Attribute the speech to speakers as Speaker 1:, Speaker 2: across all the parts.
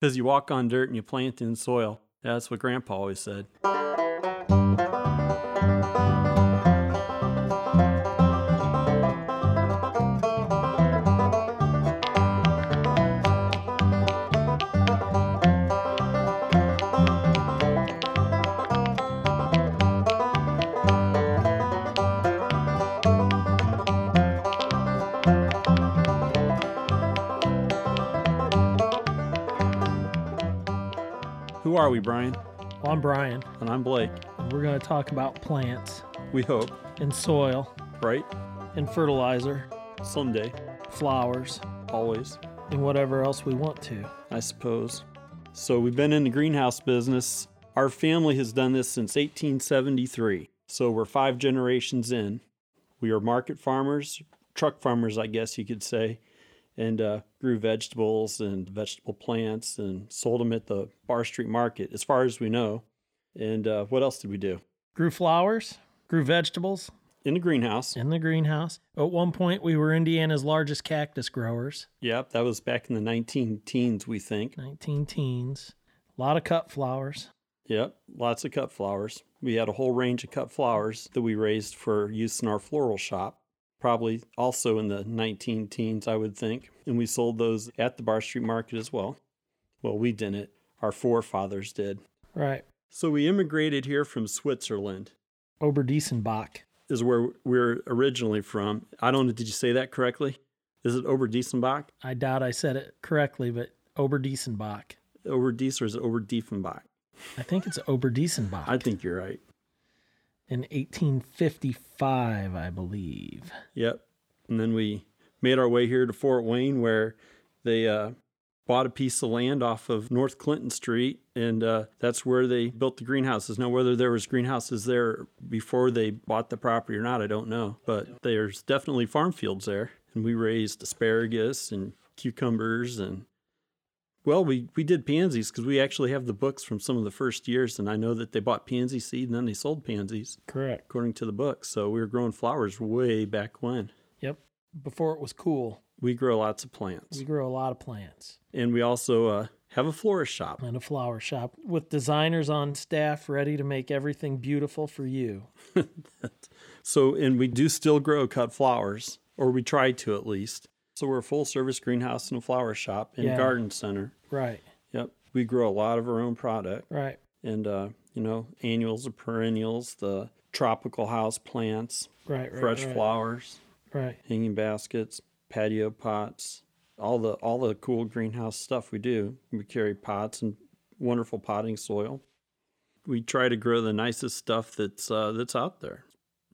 Speaker 1: Because you walk on dirt and you plant in soil. That's what Grandpa always said. Who are we, Brian?
Speaker 2: Well, I'm Brian,
Speaker 1: And I'm Blake.
Speaker 2: and we're going to talk about plants
Speaker 1: We hope,
Speaker 2: and soil
Speaker 1: right?
Speaker 2: and fertilizer,
Speaker 1: Someday,
Speaker 2: flowers,
Speaker 1: always,
Speaker 2: and whatever else we want to.
Speaker 1: I suppose. So we've been in the greenhouse business. Our family has done this since 1873. So we're five generations in. We are market farmers, truck farmers, I guess you could say, and uh, grew vegetables and vegetable plants and sold them at the Bar Street Market, as far as we know. And uh, what else did we do?
Speaker 2: Grew flowers, grew vegetables
Speaker 1: In the greenhouse.
Speaker 2: in the greenhouse. At one point, we were Indiana's largest cactus growers,
Speaker 1: Yep, that was back in the 19 teens, we think.
Speaker 2: 19 teens. A lot of cut flowers.
Speaker 1: Yep, lots of cut flowers. We had a whole range of cut flowers that we raised for use in our floral shop, probably also in the 19 teens, I would think. And we sold those at the Bar Street Market as well. Well, we didn't, our forefathers did.
Speaker 2: Right.
Speaker 1: So we immigrated here from Switzerland,
Speaker 2: Oberdiesenbach.
Speaker 1: is where we're originally from. I don't know, did you say that correctly? Is it Oberdiesenbach?
Speaker 2: I doubt I said it correctly, but Oberdiesenbach.
Speaker 1: Oberdies or is it Oberdiefenbach?
Speaker 2: I think it's Oberdiesenbach.
Speaker 1: I think you're right.
Speaker 2: in 1855, I believe.
Speaker 1: Yep. And then we made our way here to Fort Wayne, where they uh, bought a piece of land off of North Clinton Street, and uh, that's where they built the greenhouses. Now, whether there was greenhouses there before they bought the property or not, I don't know. But there's definitely farm fields there, and we raised asparagus and cucumbers and. Well, we, we did pansies because we actually have the books from some of the first years, and I know that they bought pansy seed and then they sold pansies
Speaker 2: Correct.
Speaker 1: according to the book. So we were growing flowers way back when.
Speaker 2: Yep. Before it was cool,
Speaker 1: We grow lots of plants.
Speaker 2: we grow a lot of plants
Speaker 1: And we also uh, have a florist shop.
Speaker 2: and a flower shop with designers on staff ready to make everything beautiful for you.
Speaker 1: So, and we do still grow cut flowers, or we try to at least. So we're a full service greenhouse and a flower shop and
Speaker 2: Yeah.
Speaker 1: garden center.
Speaker 2: Right.
Speaker 1: Yep. We grow a lot of our own product
Speaker 2: Right.
Speaker 1: and, uh, you know, annuals, the perennials, the tropical house plants,
Speaker 2: Right. Right.
Speaker 1: fresh
Speaker 2: right,
Speaker 1: flowers.
Speaker 2: Right.
Speaker 1: hanging baskets, patio pots, all the all the cool greenhouse stuff we do. We carry pots and wonderful potting soil. We try to grow the nicest stuff that's uh, that's out there,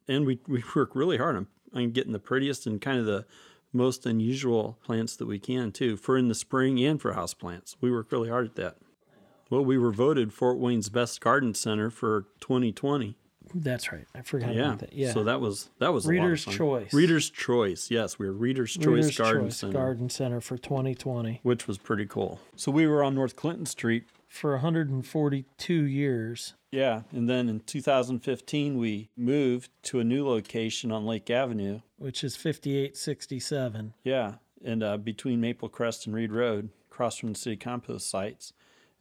Speaker 1: and we, we work really hard on, on getting the prettiest and kind of the most unusual plants that we can too for in the spring and for house plants. We work really hard at that. Well, we were voted Fort Wayne's best garden center for 2020
Speaker 2: That's right. I forgot
Speaker 1: yeah.
Speaker 2: about that. Yeah.
Speaker 1: So that was that was a lot of
Speaker 2: Reader's
Speaker 1: fun.
Speaker 2: Choice.
Speaker 1: Reader's choice. Yes, we were Reader's Choice
Speaker 2: Reader's
Speaker 1: Garden Center,
Speaker 2: Garden Center for 2020.
Speaker 1: which was pretty cool. So we were on North Clinton Street.
Speaker 2: For 142 years,
Speaker 1: Yeah, and then in 2015 we moved to a new location on Lake Avenue.
Speaker 2: which is 5867.
Speaker 1: Yeah, and uh, between Maple Crest and Reed Road, across from the city compost sites,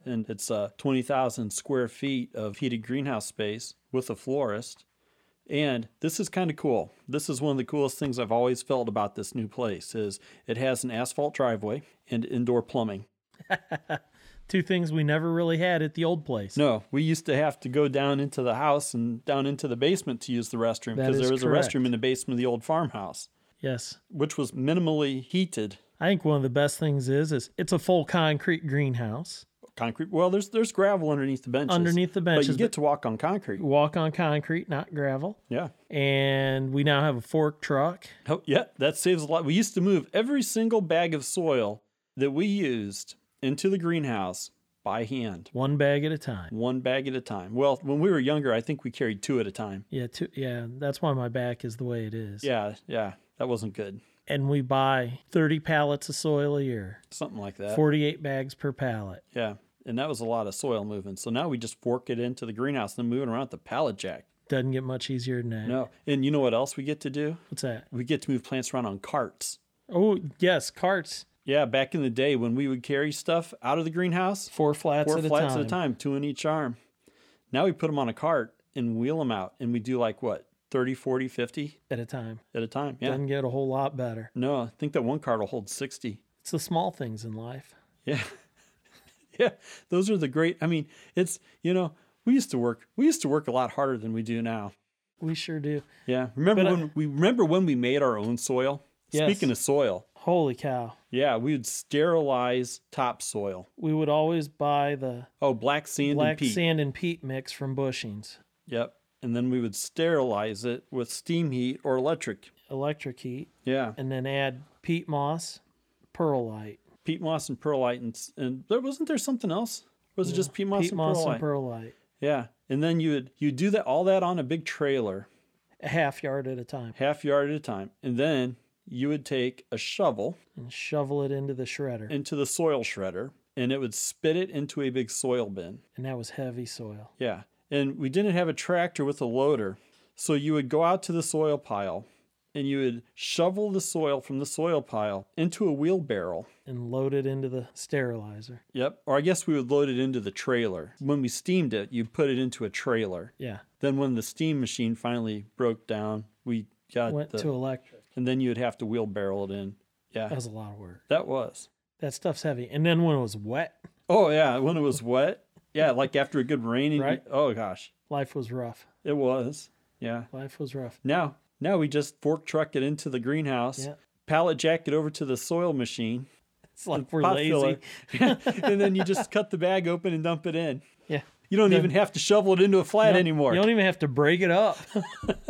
Speaker 1: and it's uh, 20,000 square feet of heated greenhouse space with a florist. And this is kind of cool. This is one of the coolest things I've always felt about this new place is it has an asphalt driveway and indoor plumbing.
Speaker 2: Two things we never really had at the old place.
Speaker 1: No, we used to have to go down into the house and down into the basement to use the restroom
Speaker 2: That
Speaker 1: because
Speaker 2: is
Speaker 1: there was
Speaker 2: correct.
Speaker 1: a restroom in the basement of the old farmhouse,
Speaker 2: Yes.
Speaker 1: which was minimally heated
Speaker 2: I think one of the best things is is it's a full concrete greenhouse.
Speaker 1: concrete. Well, there's there's gravel underneath the benches.
Speaker 2: Underneath the
Speaker 1: but
Speaker 2: benches,
Speaker 1: you get to walk on concrete.
Speaker 2: Walk on concrete, not gravel.
Speaker 1: Yeah.
Speaker 2: And we now have a fork truck.
Speaker 1: Oh, yeah. That saves a lot. We used to move every single bag of soil that we used into the greenhouse by hand,
Speaker 2: One bag at a time.
Speaker 1: one bag at a time. Well, when we were younger, I think we carried two at a time.
Speaker 2: Yeah, two, yeah, that's why my back is the way it is.
Speaker 1: Yeah, yeah. That wasn't good.
Speaker 2: And we buy 30 pallets of soil a year,
Speaker 1: Something like that.
Speaker 2: 48 bags per pallet.
Speaker 1: Yeah. And that was a lot of soil moving. So now we just fork it into the greenhouse and then moving around with the pallet jack.
Speaker 2: Doesn't get much easier than that.
Speaker 1: No. And you know what else we get to do?
Speaker 2: What's that?
Speaker 1: We get to move plants around on carts.
Speaker 2: Oh, yes, carts.
Speaker 1: Yeah, back in the day when we would carry stuff out of the greenhouse,
Speaker 2: Four flats,
Speaker 1: four
Speaker 2: at,
Speaker 1: flats
Speaker 2: a
Speaker 1: at a time, two in each arm. Now we put them on a cart and wheel them out, and we do like what 30, 40, 50
Speaker 2: at a time.
Speaker 1: at a time. Yeah.
Speaker 2: Doesn't get a whole lot better.
Speaker 1: No, I think that one cart will hold 60.
Speaker 2: It's the small things in life.
Speaker 1: Yeah. yeah. Those are the great I mean, it's you know, we used to work we used to work a lot harder than we do now.
Speaker 2: We sure do.
Speaker 1: Yeah. Remember
Speaker 2: But I-
Speaker 1: when we remember when we made our own soil?
Speaker 2: Yes.
Speaker 1: Speaking of soil,
Speaker 2: Holy cow.
Speaker 1: yeah, we would sterilize topsoil.
Speaker 2: We would always buy the
Speaker 1: Oh, black sand
Speaker 2: black
Speaker 1: and peat.
Speaker 2: sand and peat mix from Bushings,
Speaker 1: Yep. And then we would sterilize it with steam heat or electric.
Speaker 2: electric heat,
Speaker 1: Yeah.
Speaker 2: and then add peat moss, perlite.
Speaker 1: Peat moss and perlite and, s- and there wasn't there something else? Was it just peat moss
Speaker 2: peat
Speaker 1: and
Speaker 2: moss
Speaker 1: perlite?
Speaker 2: and perlite.
Speaker 1: yeah. And then you would you do that all that on a big trailer.
Speaker 2: A half yard at a time
Speaker 1: half yard at a time. And then you would take a shovel
Speaker 2: and shovel it into the shredder.
Speaker 1: into the soil shredder and it would spit it into a big soil bin.
Speaker 2: And that was heavy soil.
Speaker 1: Yeah. And we didn't have a tractor with a loader. So you would go out to the soil pile and you would shovel the soil from the soil pile into a wheelbarrow.
Speaker 2: and load it into the sterilizer.
Speaker 1: Yep. Or I guess we would load it into the trailer. When we steamed it, you put it into a trailer.
Speaker 2: Yeah.
Speaker 1: Then when the steam machine finally broke down, we got
Speaker 2: Went
Speaker 1: the
Speaker 2: to Uh. electric.
Speaker 1: and then you would have to wheelbarrow it in. Yeah.
Speaker 2: That was a lot of work.
Speaker 1: that was.
Speaker 2: That stuff's heavy. And then when it was wet,
Speaker 1: Oh yeah, when it was wet. Yeah, like after a good rain. and-
Speaker 2: Right.
Speaker 1: Oh gosh,
Speaker 2: life was rough.
Speaker 1: it was. Yeah.
Speaker 2: Life was rough.
Speaker 1: Now, now we just fork truck it into the greenhouse,
Speaker 2: Yeah.
Speaker 1: pallet jack it over to the soil machine,
Speaker 2: It's like we're
Speaker 1: pot
Speaker 2: lazy.
Speaker 1: filler, and then you just cut the bag open and dump it in.
Speaker 2: Yeah.
Speaker 1: You don't even have to shovel it into a flat anymore.
Speaker 2: You don't even have to break it up.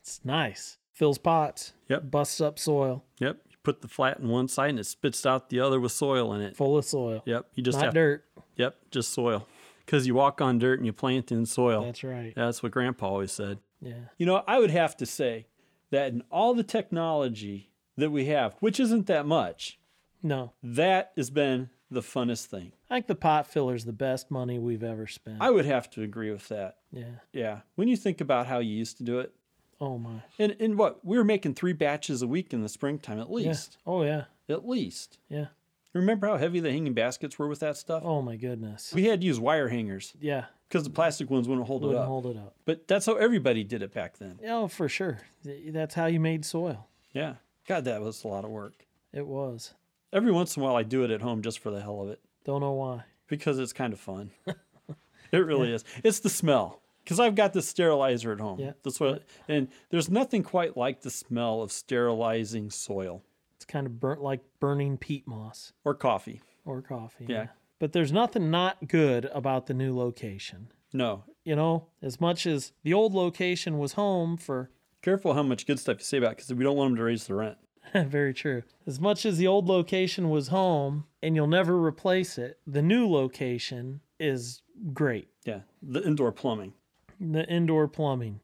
Speaker 2: it's nice. Fills pots.
Speaker 1: Yep.
Speaker 2: Busts up soil
Speaker 1: Yep. You put the flat in one side and it spits out the other with soil in it.
Speaker 2: full of soil.
Speaker 1: Yep. You just
Speaker 2: Not
Speaker 1: have.
Speaker 2: dirt.
Speaker 1: Yep. Just soil, because you walk on dirt and you plant in soil.
Speaker 2: That's right.
Speaker 1: That's what Grandpa always said.
Speaker 2: Yeah.
Speaker 1: You know, I would have to say that in all the technology that we have, which isn't that much,
Speaker 2: No.
Speaker 1: that has been the funnest thing.
Speaker 2: I think the pot filler's the best money we've ever spent.
Speaker 1: I would have to agree with that.
Speaker 2: yeah.
Speaker 1: Yeah. When you think about how you used to do it,
Speaker 2: Oh my.
Speaker 1: and, and what we were making three batches a week in the springtime at
Speaker 2: Yeah.
Speaker 1: least.
Speaker 2: Oh yeah.
Speaker 1: At least.
Speaker 2: Yeah.
Speaker 1: Remember how heavy the hanging baskets were with that stuff?
Speaker 2: Oh my goodness.
Speaker 1: We had to use wire hangers
Speaker 2: Yeah.
Speaker 1: because the plastic ones wouldn't hold it
Speaker 2: Wouldn't
Speaker 1: up.
Speaker 2: hold it up.
Speaker 1: But that's how everybody did it back then.
Speaker 2: Oh, for sure. Th- That's how you made soil.
Speaker 1: Yeah. God, that was a lot of work.
Speaker 2: It was.
Speaker 1: Every once in a while, I do it at home just for the hell of it.
Speaker 2: Don't know why.
Speaker 1: because it's kind of fun. it really is. It's the smell. Because I've got this sterilizer at home.
Speaker 2: Yeah.
Speaker 1: That's what, and there's nothing quite like the smell of sterilizing soil
Speaker 2: It's kind of burnt like burning peat moss
Speaker 1: or coffee.
Speaker 2: or coffee.
Speaker 1: Yeah.
Speaker 2: But there's nothing not good about the new location.
Speaker 1: No.
Speaker 2: You know, as much as the old location was home for
Speaker 1: Careful how much good stuff you say about because we don't want them to raise the rent.
Speaker 2: very true. As much as the old location was home and you'll never replace it, the new location is great.
Speaker 1: Yeah. The indoor plumbing.
Speaker 2: the indoor plumbing,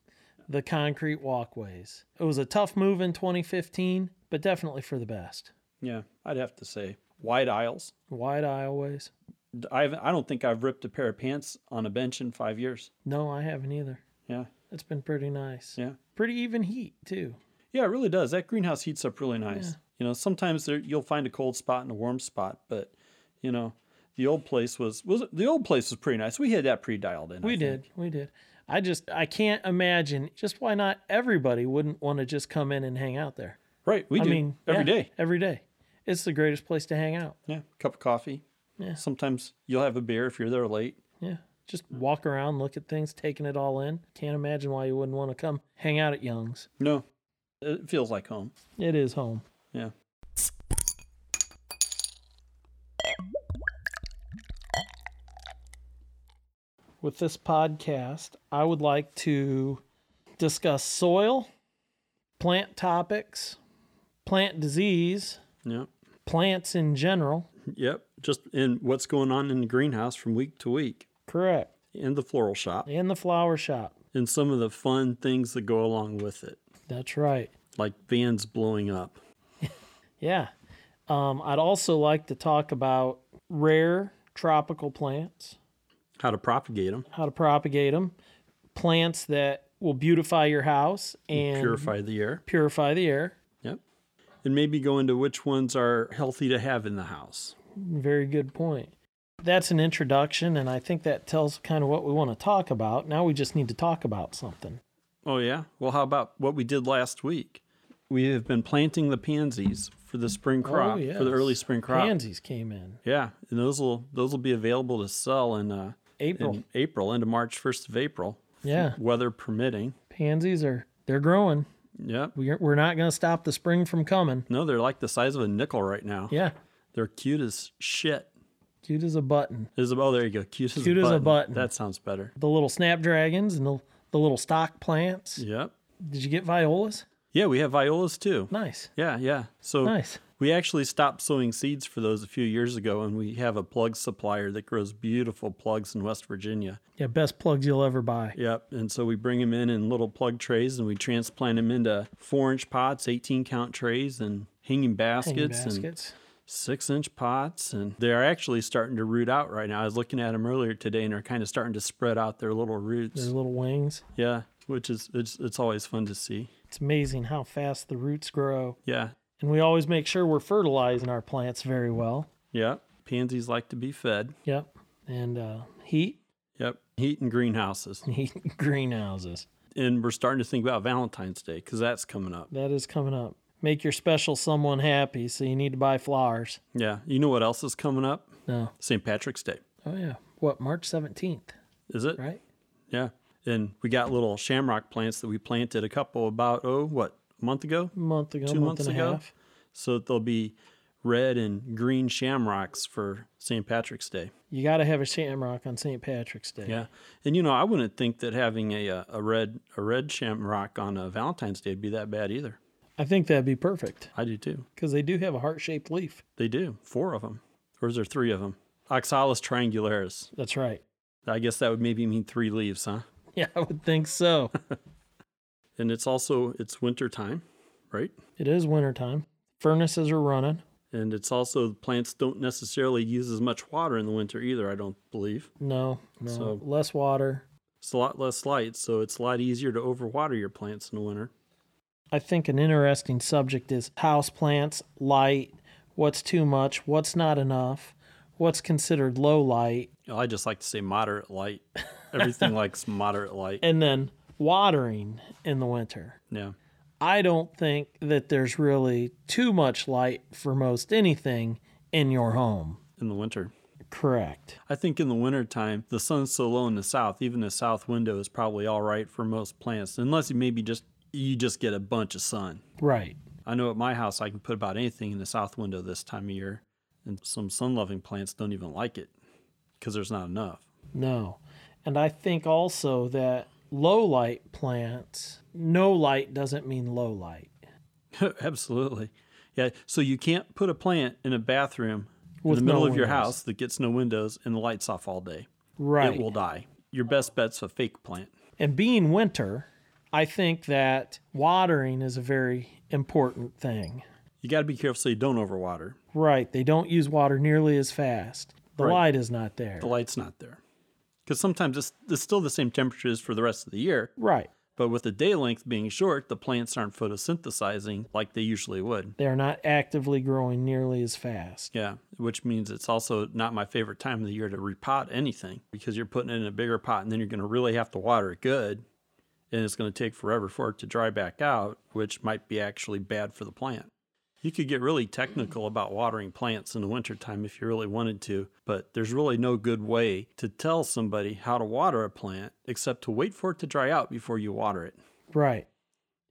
Speaker 2: the concrete walkways. It was a tough move in 2015, but definitely for the best.
Speaker 1: Yeah. I'd have to say wide aisles.
Speaker 2: Wide aisleways.
Speaker 1: I've, I don't think I've ripped a pair of pants on a bench in five years.
Speaker 2: No, I haven't either.
Speaker 1: Yeah.
Speaker 2: It's been pretty nice.
Speaker 1: Yeah.
Speaker 2: Pretty even heat, too.
Speaker 1: Yeah, it really does. That greenhouse heats up really nice. You know, sometimes there, you'll find a cold spot and a warm spot, but you know, the old place was was the old place was pretty nice. We had that pre-dialed in. I
Speaker 2: We
Speaker 1: think.
Speaker 2: did. We did. I just, I can't imagine just why not everybody wouldn't want to just come in and hang out there.
Speaker 1: Right, we
Speaker 2: I
Speaker 1: do
Speaker 2: mean,
Speaker 1: every
Speaker 2: yeah,
Speaker 1: day.
Speaker 2: Every day. It's the greatest place to hang out.
Speaker 1: Yeah, cup of coffee.
Speaker 2: Yeah.
Speaker 1: Sometimes you'll have a beer if you're there late.
Speaker 2: Yeah. Just walk around, look at things, taking it all in. Can't imagine why you wouldn't want to come hang out at Young's.
Speaker 1: No, it feels like home.
Speaker 2: It is home.
Speaker 1: Yeah.
Speaker 2: with this podcast, I would like to discuss soil, plant topics, plant disease,
Speaker 1: Yeah.
Speaker 2: plants in general.
Speaker 1: Yep. Just in what's going on in the greenhouse from week to week,
Speaker 2: Correct.
Speaker 1: and the floral shop,
Speaker 2: And the flower shop.
Speaker 1: and some of the fun things that go along with it,
Speaker 2: That's right.
Speaker 1: like vans blowing up.
Speaker 2: Yeah. Um, I'd also like to talk about rare tropical plants,
Speaker 1: How to propagate them,
Speaker 2: how to propagate them, plants that will beautify your house and
Speaker 1: purify the air.
Speaker 2: purify the air.
Speaker 1: Yep. and maybe go into which ones are healthy to have in the house.
Speaker 2: Very good point. That's an introduction, and I think that tells kind of what we want to talk about. Now we just need to talk about something.
Speaker 1: Oh, yeah? Well, how about what we did last week? We have been planting the pansies for the spring crop,
Speaker 2: Oh,
Speaker 1: for the early
Speaker 2: yes.
Speaker 1: spring crop.
Speaker 2: Pansies came in
Speaker 1: Yeah, and those will those will be available to sell in uh,
Speaker 2: April.
Speaker 1: in April, into March, first of April,
Speaker 2: yeah,
Speaker 1: weather permitting.
Speaker 2: pansies are they're growing.
Speaker 1: Yep.
Speaker 2: We're we're not going to stop the spring from coming.
Speaker 1: No, they're like the size of a nickel right now.
Speaker 2: Yeah,
Speaker 1: They're cute as shit.
Speaker 2: cute as a button.
Speaker 1: Is oh, there you go. Cute as,
Speaker 2: Cute
Speaker 1: a,
Speaker 2: as a
Speaker 1: button.
Speaker 2: button.
Speaker 1: That sounds better.
Speaker 2: The little snapdragons and the the little stock plants.
Speaker 1: Yep.
Speaker 2: Did you get violas?
Speaker 1: Yeah, we have violas too.
Speaker 2: Nice,
Speaker 1: Yeah, yeah. So
Speaker 2: nice.
Speaker 1: we actually stopped sowing seeds for those a few years ago, and we have a plug supplier that grows beautiful plugs in West Virginia.
Speaker 2: Yeah, best plugs you'll ever buy.
Speaker 1: Yep. And so we bring them in in little plug trays, and we transplant them into four inch pots, eighteen count trays, and hanging baskets,
Speaker 2: Hanging
Speaker 1: and
Speaker 2: baskets.
Speaker 1: six inch pots. And they're actually starting to root out right now. I was looking at them earlier today, and they're kind of starting to spread out their little roots.
Speaker 2: Their little wings.
Speaker 1: Yeah, which is it's it's always fun to see.
Speaker 2: It's amazing how fast the roots grow.
Speaker 1: Yeah,
Speaker 2: And we always make sure we're fertilizing our plants very well.
Speaker 1: yeah. Pansies like to be fed.
Speaker 2: Yep. And uh, heat,
Speaker 1: Yep, heat in greenhouses,
Speaker 2: heat greenhouses.
Speaker 1: and we're starting to think about Valentine's Day because that's coming up.
Speaker 2: That is coming up. Make your special someone happy, so you need to buy flowers.
Speaker 1: Yeah, you know what else is coming up?
Speaker 2: No.
Speaker 1: St. Patrick's Day,
Speaker 2: Oh yeah. What March seventeenth,
Speaker 1: is it?
Speaker 2: right?
Speaker 1: Yeah, and we got little shamrock plants that we planted a couple about oh what a month ago,
Speaker 2: A month ago,
Speaker 1: Two
Speaker 2: month
Speaker 1: months
Speaker 2: and a
Speaker 1: ago?
Speaker 2: half.
Speaker 1: so that they'll be red and green shamrocks for St. Patrick's Day.
Speaker 2: You got to have a shamrock on St. Patrick's Day.
Speaker 1: Yeah, and you know I wouldn't think that having a uh, a red a red shamrock on a Valentine's Day would be that bad either.
Speaker 2: I think that'd be perfect
Speaker 1: I do too.
Speaker 2: because they do have a heart shaped leaf.
Speaker 1: They do four of them, or is there three of them? Oxalis triangularis.
Speaker 2: That's right.
Speaker 1: I guess that would maybe mean three leaves, huh?
Speaker 2: Yeah, I would think so.
Speaker 1: And it's also it's winter time, right?
Speaker 2: it is wintertime. Furnaces are running.
Speaker 1: And it's also plants don't necessarily use as much water in the winter either. I don't believe
Speaker 2: No, no.
Speaker 1: So-
Speaker 2: less water.
Speaker 1: it's a lot less light, so it's a lot easier to overwater your plants in the winter.
Speaker 2: I think an interesting subject is house plants, light, what's too much, what's not enough, what's considered low light,
Speaker 1: You know, I just like to say moderate light. Everything likes moderate light.
Speaker 2: and then watering in the winter.
Speaker 1: Yeah.
Speaker 2: I don't think that there's really too much light for most anything in your home.
Speaker 1: in the winter.
Speaker 2: Correct.
Speaker 1: I think in the wintertime, the sun's so low in the south, even the south window is probably all right for most plants, unless you maybe just you just get a bunch of sun.
Speaker 2: Right.
Speaker 1: I know at my house I can put about anything in the south window this time of year, and some sun-loving plants don't even like it because there's not enough.
Speaker 2: No. And I think also that low light plants, no light doesn't mean low light.
Speaker 1: Absolutely. Yeah, so you can't put a plant in a bathroom
Speaker 2: With
Speaker 1: in
Speaker 2: no
Speaker 1: the middle of your
Speaker 2: windows.
Speaker 1: house that gets no windows and the lights off all day.
Speaker 2: Right.
Speaker 1: It will die. Your best bet's a fake plant.
Speaker 2: And being winter, I think that watering is a very important thing.
Speaker 1: You got to be careful so you don't overwater.
Speaker 2: Right. They don't use water nearly as fast. The
Speaker 1: Right.
Speaker 2: light is not there.
Speaker 1: the light's not there. Because sometimes it's, it's still the same temperature as for the rest of the year,
Speaker 2: Right.
Speaker 1: but with the day length being short, the plants aren't photosynthesizing like they usually would.
Speaker 2: They are not actively growing nearly as fast.
Speaker 1: Yeah, which means it's also not my favorite time of the year to repot anything because you're putting it in a bigger pot and then you're going to really have to water it good. And it's going to take forever for it to dry back out, which might be actually bad for the plant. You could get really technical about watering plants in the wintertime if you really wanted to, but there's really no good way to tell somebody how to water a plant except to wait for it to dry out before you water it.
Speaker 2: Right.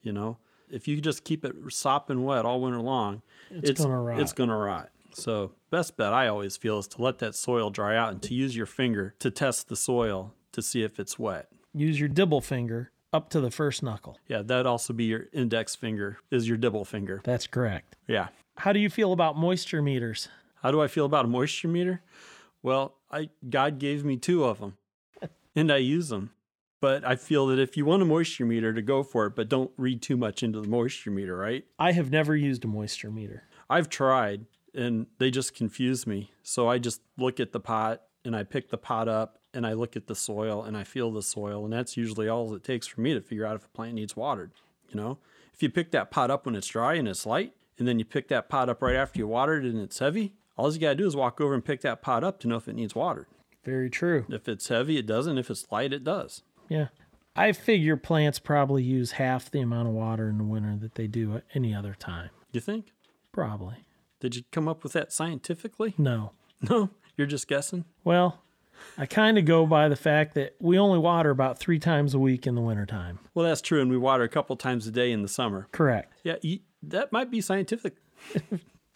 Speaker 1: You know, if you just keep it sopping wet all winter long,
Speaker 2: It's gonna rot.
Speaker 1: It's gonna rot. So best bet I always feel is to let that soil dry out and to use your finger to test the soil to see if it's wet.
Speaker 2: Use your dibble finger up to the first knuckle.
Speaker 1: Yeah, that'd also be your index finger is your dibble finger.
Speaker 2: That's correct.
Speaker 1: Yeah.
Speaker 2: How do you feel about moisture meters?
Speaker 1: How do I feel about a moisture meter? Well, I God gave me two of them, and I use them. But I feel that if you want a moisture meter, to go for it, but don't read too much into the moisture meter, right?
Speaker 2: I have never used a moisture meter.
Speaker 1: I've tried and they just confuse me. So I just look at the pot and I pick the pot up and I look at the soil and I feel the soil. And that's usually all it takes for me to figure out if a plant needs watered. You know, if you pick that pot up when it's dry and it's light, and then you pick that pot up right after you watered it and it's heavy, all you got to do is walk over and pick that pot up to know if it needs watered.
Speaker 2: Very true.
Speaker 1: If it's heavy, it doesn't. If it's light, it does.
Speaker 2: Yeah. I figure plants probably use half the amount of water in the winter that they do at any other time.
Speaker 1: You think?
Speaker 2: Probably.
Speaker 1: Did you come up with that scientifically?
Speaker 2: No.
Speaker 1: No, you're just guessing.
Speaker 2: Well, I kind of go by the fact that we only water about three times a week in the wintertime.
Speaker 1: Well, that's true, and we water a couple times a day in the summer.
Speaker 2: Correct.
Speaker 1: Yeah, you, that might be scientific.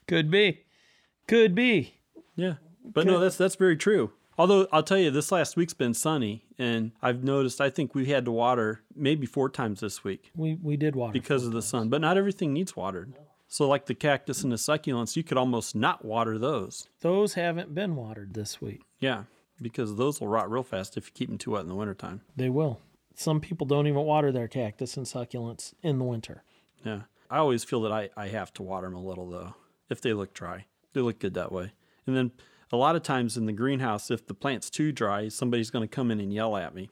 Speaker 2: Could be. Could be.
Speaker 1: Yeah, but no, that's that's very true. Although I'll tell you, this last week's been sunny, and I've noticed I think we had to water maybe four times this week
Speaker 2: We we did water.
Speaker 1: because of the sun. But not everything needs watered. So, like the cactus and the succulents, you could almost not water those.
Speaker 2: Those haven't been watered this week.
Speaker 1: Yeah, because those will rot real fast if you keep them too wet in the wintertime.
Speaker 2: They will. Some people don't even water their cactus and succulents in the winter.
Speaker 1: Yeah. I always feel that I, I have to water them a little, though, if they look dry. They look good that way. And then a lot of times in the greenhouse, if the plant's too dry, somebody's going to come in and yell at me.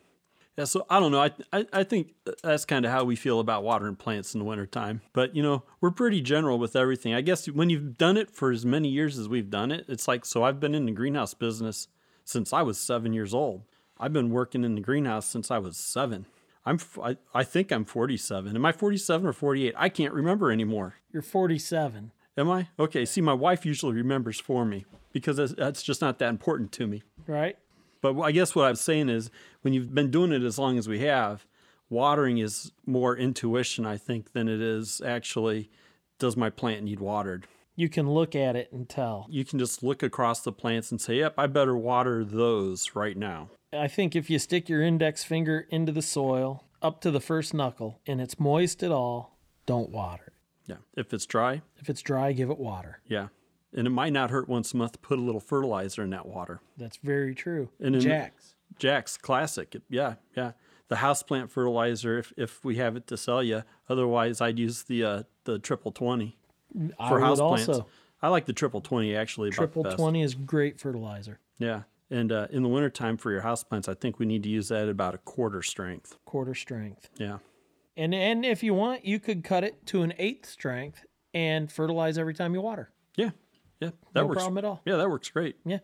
Speaker 1: Yeah, so I don't know. I, I, I think uh, that's kind of how we feel about watering plants in the wintertime. But, you know, we're pretty general with everything. I guess when you've done it for as many years as we've done it, it's like, so I've been in the greenhouse business since I was seven years old. I've been working in the greenhouse since I was seven. I'm, f- I, I think I'm 47. Am I 47 or 48? I can't remember anymore.
Speaker 2: You're 47.
Speaker 1: Am I? Okay. See, my wife usually remembers for me because that's, that's just not that important to me.
Speaker 2: right?
Speaker 1: But I guess what I'm saying is when you've been doing it as long as we have, watering is more intuition, I think, than it is actually does my plant need watered?
Speaker 2: You can look at it and tell.
Speaker 1: You can just look across the plants and say, yep, I better water those right now.
Speaker 2: I think if you stick your index finger into the soil up to the first knuckle and it's moist at all, don't water it.
Speaker 1: Yeah. If it's dry,
Speaker 2: If it's dry, give it water.
Speaker 1: yeah. And it might not hurt once a month to put a little fertilizer in that water.
Speaker 2: That's very true.
Speaker 1: And in-
Speaker 2: Jack's.
Speaker 1: Jack's classic. Yeah, yeah. The houseplant fertilizer, if, if we have it to sell you. Otherwise, I'd use the uh, the triple twenty
Speaker 2: I
Speaker 1: for
Speaker 2: would
Speaker 1: houseplants.
Speaker 2: also.
Speaker 1: I like the triple twenty actually.
Speaker 2: Triple
Speaker 1: about the best.
Speaker 2: 20 is great fertilizer,
Speaker 1: Yeah, and uh, in the wintertime for your houseplants, I think we need to use that at about a quarter strength.
Speaker 2: quarter strength.
Speaker 1: Yeah,
Speaker 2: And and if you want, you could cut it to an eighth strength and fertilize every time you water.
Speaker 1: yeah, yeah. That
Speaker 2: no
Speaker 1: works.
Speaker 2: problem at all.
Speaker 1: Yeah, that works great.
Speaker 2: Yeah.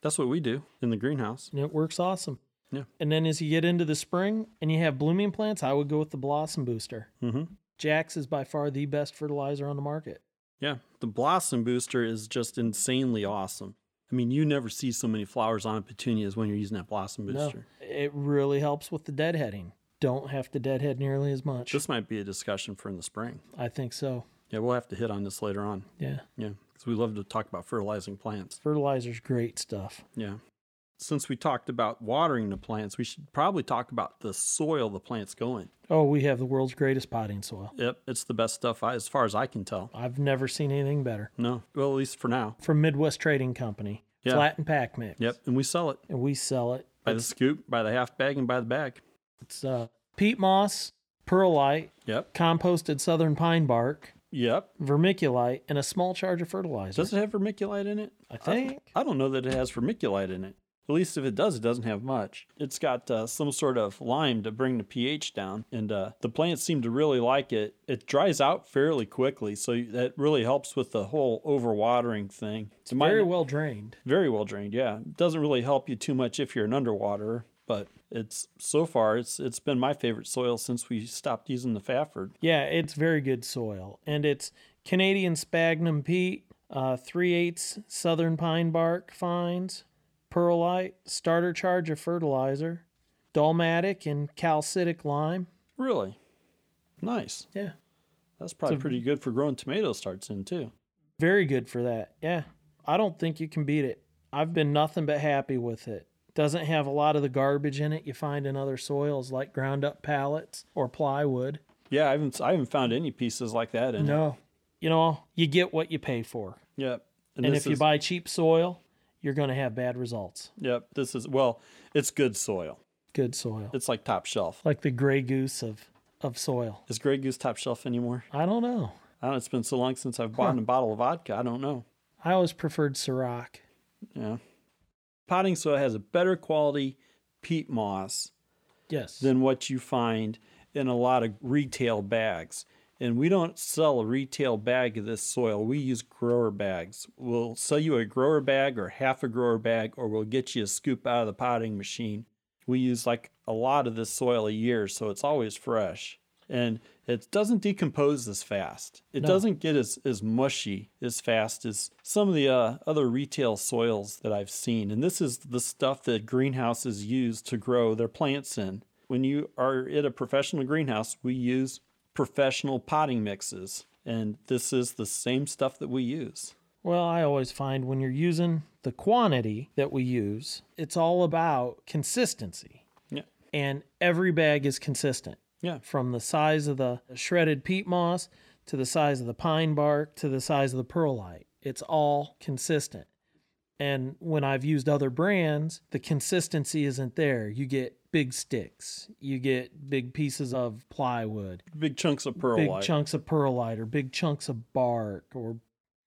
Speaker 1: That's what we do in the greenhouse.
Speaker 2: And it works awesome.
Speaker 1: Yeah.
Speaker 2: And then as you get into the spring and you have blooming plants, I would go with the blossom booster.
Speaker 1: Mm-hmm.
Speaker 2: Jax is by far the best fertilizer on the market.
Speaker 1: Yeah, the blossom booster is just insanely awesome. I mean, you never see so many flowers on petunias when you're using that blossom
Speaker 2: No,
Speaker 1: booster.
Speaker 2: it really helps with the deadheading. Don't have to deadhead nearly as much.
Speaker 1: This might be a discussion for in the spring.
Speaker 2: I think so.
Speaker 1: Yeah, we'll have to hit on this later on.
Speaker 2: Yeah.
Speaker 1: Yeah, because we love to talk about fertilizing plants.
Speaker 2: Fertilizer's great stuff.
Speaker 1: Yeah. Since we talked about watering the plants, we should probably talk about the soil the plants go in.
Speaker 2: Oh, we have the world's greatest potting soil.
Speaker 1: Yep, it's the best stuff I, as far as I can tell.
Speaker 2: I've never seen anything better.
Speaker 1: No, well, at least for now.
Speaker 2: From Midwest Trading Company.
Speaker 1: Yeah.
Speaker 2: Flat and pack mix.
Speaker 1: Yep, and we sell it
Speaker 2: And we sell it.
Speaker 1: by the scoop, by the half bag, and by the bag.
Speaker 2: It's uh, peat moss, perlite,
Speaker 1: Yep,
Speaker 2: composted southern pine bark,
Speaker 1: yep.
Speaker 2: vermiculite, and a small charge of fertilizer.
Speaker 1: Does it have vermiculite in it?
Speaker 2: I think.
Speaker 1: I don't know that it has vermiculite in it. At least if it does, it doesn't have much. It's got uh, some sort of lime to bring the pH down, and uh, the plants seem to really like it. It dries out fairly quickly, so that really helps with the whole overwatering thing. It's
Speaker 2: Very well drained.
Speaker 1: very well drained. Yeah, it doesn't really help you too much if you're an underwater, but it's so far it's it's been my favorite soil since we stopped using the Fafford.
Speaker 2: Yeah, it's very good soil. And it's Canadian sphagnum peat, uh, 3 eighths southern pine bark fines, perlite, starter charge of fertilizer, dolmatic and calcitic lime.
Speaker 1: Really, nice.
Speaker 2: Yeah,
Speaker 1: That's probably pretty good for growing tomato starts in too.
Speaker 2: very good for that. Yeah, I don't think you can beat it. I've been nothing but happy with it. Doesn't have a lot of the garbage in it you find in other soils like ground up pallets or plywood.
Speaker 1: Yeah, I haven't I haven't found any pieces like that in it.
Speaker 2: No. You know, you get what you pay for.
Speaker 1: Yep.
Speaker 2: And
Speaker 1: this
Speaker 2: if you
Speaker 1: is-
Speaker 2: buy cheap soil, you're going to have bad results.
Speaker 1: Yep, this is well, it's good soil.
Speaker 2: Good soil.
Speaker 1: It's like top shelf.
Speaker 2: Like the gray goose of of soil.
Speaker 1: Is Grey Goose top shelf anymore?
Speaker 2: I don't know.
Speaker 1: I don't know, it's been so long since I've bought a bottle of vodka. I don't know.
Speaker 2: I always preferred Ciroc.
Speaker 1: Yeah. Potting soil has a better quality peat moss
Speaker 2: Yes.
Speaker 1: than what you find in a lot of retail bags. And we don't sell a retail bag of this soil. We use grower bags. We'll sell you a grower bag or half a grower bag, or we'll get you a scoop out of the potting machine. We use like a lot of this soil a year, so it's always fresh. And it doesn't decompose as fast. It
Speaker 2: No.
Speaker 1: doesn't get as, as mushy as fast as some of the uh, other retail soils that I've seen. And this is the stuff that greenhouses use to grow their plants in. When you are at a professional greenhouse, we use professional potting mixes. And this is the same stuff that we use.
Speaker 2: Well, I always find when you're using the quantity that we use, it's all about consistency.
Speaker 1: Yeah.
Speaker 2: And every bag is consistent
Speaker 1: Yeah.
Speaker 2: from the size of the shredded peat moss to the size of the pine bark to the size of the perlite. It's all consistent. And when I've used other brands, the consistency isn't there. You get big sticks, you get big pieces of plywood,
Speaker 1: Big chunks of
Speaker 2: big
Speaker 1: perlite.
Speaker 2: chunks of perlite or big chunks of bark or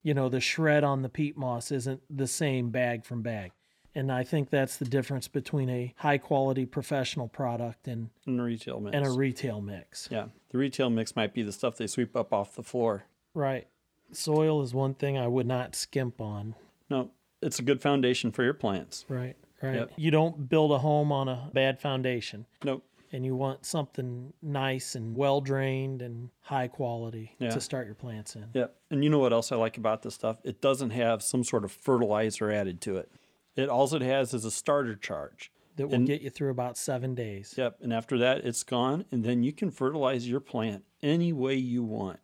Speaker 2: you know the shred on the peat moss isn't the same bag from bag and i think that's the difference between a high quality professional product and
Speaker 1: in retail mix.
Speaker 2: and a retail mix
Speaker 1: yeah. The retail mix might be the stuff they sweep up off the floor.
Speaker 2: right soil is one thing i would not skimp on
Speaker 1: No, it's a good foundation for your plants.
Speaker 2: right right
Speaker 1: Yep.
Speaker 2: you don't build a home on a bad foundation
Speaker 1: Nope.
Speaker 2: and you want something nice and well drained and high quality
Speaker 1: Yeah.
Speaker 2: to start your plants in
Speaker 1: Yeah. And you know what else I like about this stuff? It doesn't have some sort of fertilizer added to it. It all it has is a starter charge.
Speaker 2: that will get you through about seven days
Speaker 1: Yep. And after that, it's gone. And then you can fertilize your plant any way you want.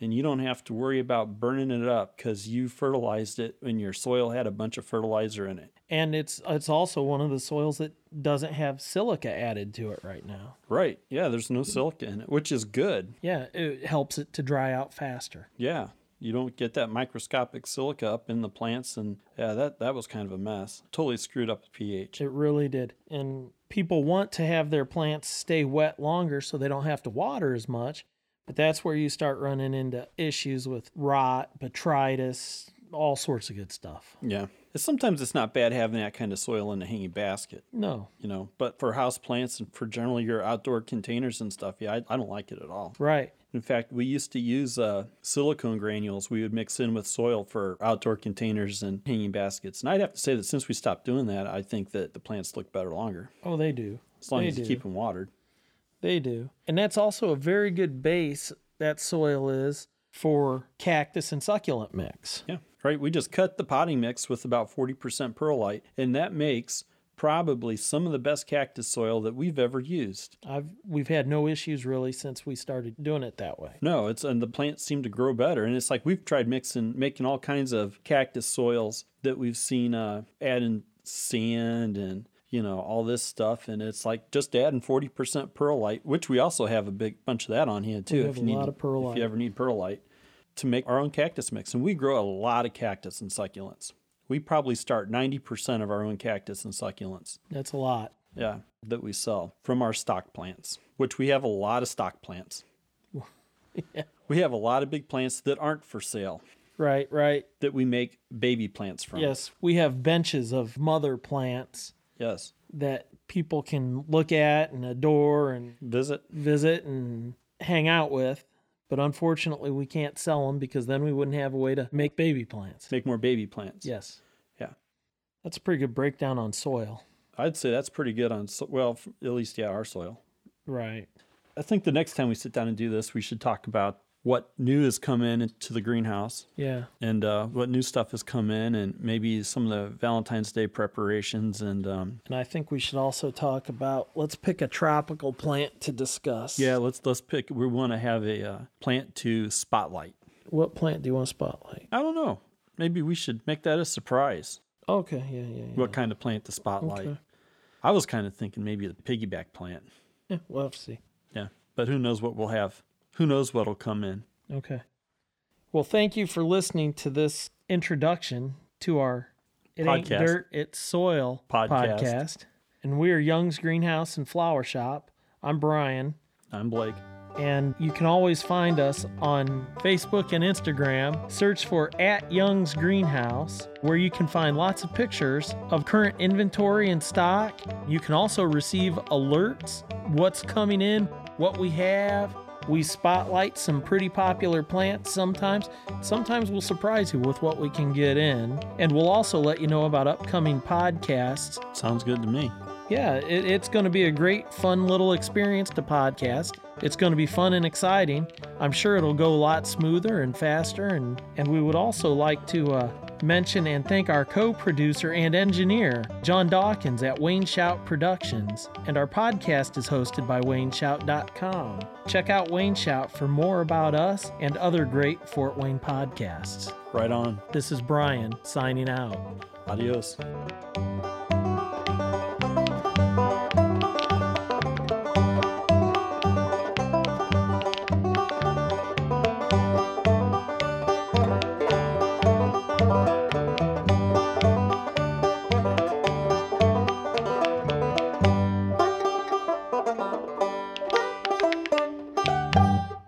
Speaker 1: And you don't have to worry about burning it up because you fertilized it when your soil had a bunch of fertilizer in it.
Speaker 2: and it's it's also one of the soils that doesn't have silica added to it right now.
Speaker 1: Right. Yeah. There's no silica in it, which is good.
Speaker 2: Yeah, it helps it to dry out faster.
Speaker 1: Yeah. You don't get that microscopic silica up in the plants. And yeah, that, that was kind of a mess. Totally screwed up the pH.
Speaker 2: It really did. And people want to have their plants stay wet longer so they don't have to water as much, but that's where you start running into issues with rot, botrytis, all sorts of good stuff.
Speaker 1: Yeah. Sometimes it's not bad having that kind of soil in a hanging basket,
Speaker 2: No.
Speaker 1: you know, but for house plants and for generally your outdoor containers and stuff, yeah, I, I don't like it at all.
Speaker 2: Right.
Speaker 1: In fact, we used to use uh, silicone granules we would mix in with soil for outdoor containers and hanging baskets. And I'd have to say that since we stopped doing that, I think that the plants look better longer,
Speaker 2: Oh, they do.
Speaker 1: as long
Speaker 2: They
Speaker 1: as you
Speaker 2: do.
Speaker 1: keep them watered.
Speaker 2: They do. And that's also a very good base that soil is for cactus and succulent mix.
Speaker 1: Yeah, right. We just cut the potting mix with about 40% perlite, and that makes probably some of the best cactus soil that we've ever used.
Speaker 2: I've we've had no issues really since we started doing it that way.
Speaker 1: No, it's and the plants seem to grow better. And it's like we've tried mixing, making all kinds of cactus soils that we've seen uh, adding sand and you know all this stuff. And it's like just adding forty percent perlite, which we also have a big bunch of that on hand too.
Speaker 2: have a lot
Speaker 1: need,
Speaker 2: of perlite.
Speaker 1: if you ever need perlite, to make our own cactus mix. And we grow a lot of cactus and succulents. We probably start ninety percent of our own cactus and succulents.
Speaker 2: That's a lot.
Speaker 1: Yeah, that we sell from our stock plants, which we have a lot of stock plants. We have a lot of big plants that aren't for sale
Speaker 2: Right, right.
Speaker 1: that we make baby plants from.
Speaker 2: Yes, we have benches of mother plants
Speaker 1: Yes.
Speaker 2: that people can look at and adore and
Speaker 1: Visit.
Speaker 2: visit and hang out with, but unfortunately we can't sell them because then we wouldn't have a way to make baby plants.
Speaker 1: Make more baby plants.
Speaker 2: Yes.
Speaker 1: Yeah.
Speaker 2: That's a pretty good breakdown on soil.
Speaker 1: I'd say that's pretty good on, so- well, f- at least, yeah, our soil.
Speaker 2: Right.
Speaker 1: I think the next time we sit down and do this, we should talk about what new has come in to the greenhouse
Speaker 2: Yeah.
Speaker 1: and uh, what new stuff has come in and maybe some of the Valentine's Day preparations and um,
Speaker 2: And I think we should also talk about let's pick a tropical plant to discuss.
Speaker 1: yeah, let's let's pick. We want to have a uh, plant to spotlight.
Speaker 2: What plant do you want to spotlight?
Speaker 1: I don't know. Maybe we should make that a surprise.
Speaker 2: Okay, yeah, yeah, yeah.
Speaker 1: What kind of plant to spotlight?
Speaker 2: Okay.
Speaker 1: I was kind of thinking maybe the piggyback plant.
Speaker 2: yeah we'll have to see.
Speaker 1: Yeah. But who knows what we'll have? Who knows what'll come in?
Speaker 2: Okay. Well, thank you for listening to this introduction to our It
Speaker 1: Podcast.
Speaker 2: Ain't Dirt, It's Soil
Speaker 1: Podcast.
Speaker 2: And we are Young's Greenhouse and Flower Shop. I'm Brian.
Speaker 1: I'm Blake.
Speaker 2: And you can always find us on Facebook and Instagram. Search for at Young's Greenhouse, where you can find lots of pictures of current inventory and stock. You can also receive alerts, what's coming in, what we have, We spotlight some pretty popular plants sometimes. Sometimes we'll surprise you with what we can get in. And we'll also let you know about upcoming podcasts.
Speaker 1: Sounds good to me.
Speaker 2: Yeah, it, it's going to be a great, fun little experience to podcast. It's going to be fun and exciting. I'm sure it'll go a lot smoother and faster. And, and we would also like to uh, mention and thank our co producer and engineer, John Dawkins at Wayne Shout Productions. And our podcast is hosted by WayneShout.com. Check out Wayne Shout for more about us and other great Fort Wayne podcasts.
Speaker 1: Right on.
Speaker 2: This is Brian signing out.
Speaker 1: Adios.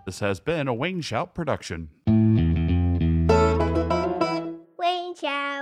Speaker 3: This has been a Wayne Shout production.
Speaker 4: Wayne Chow.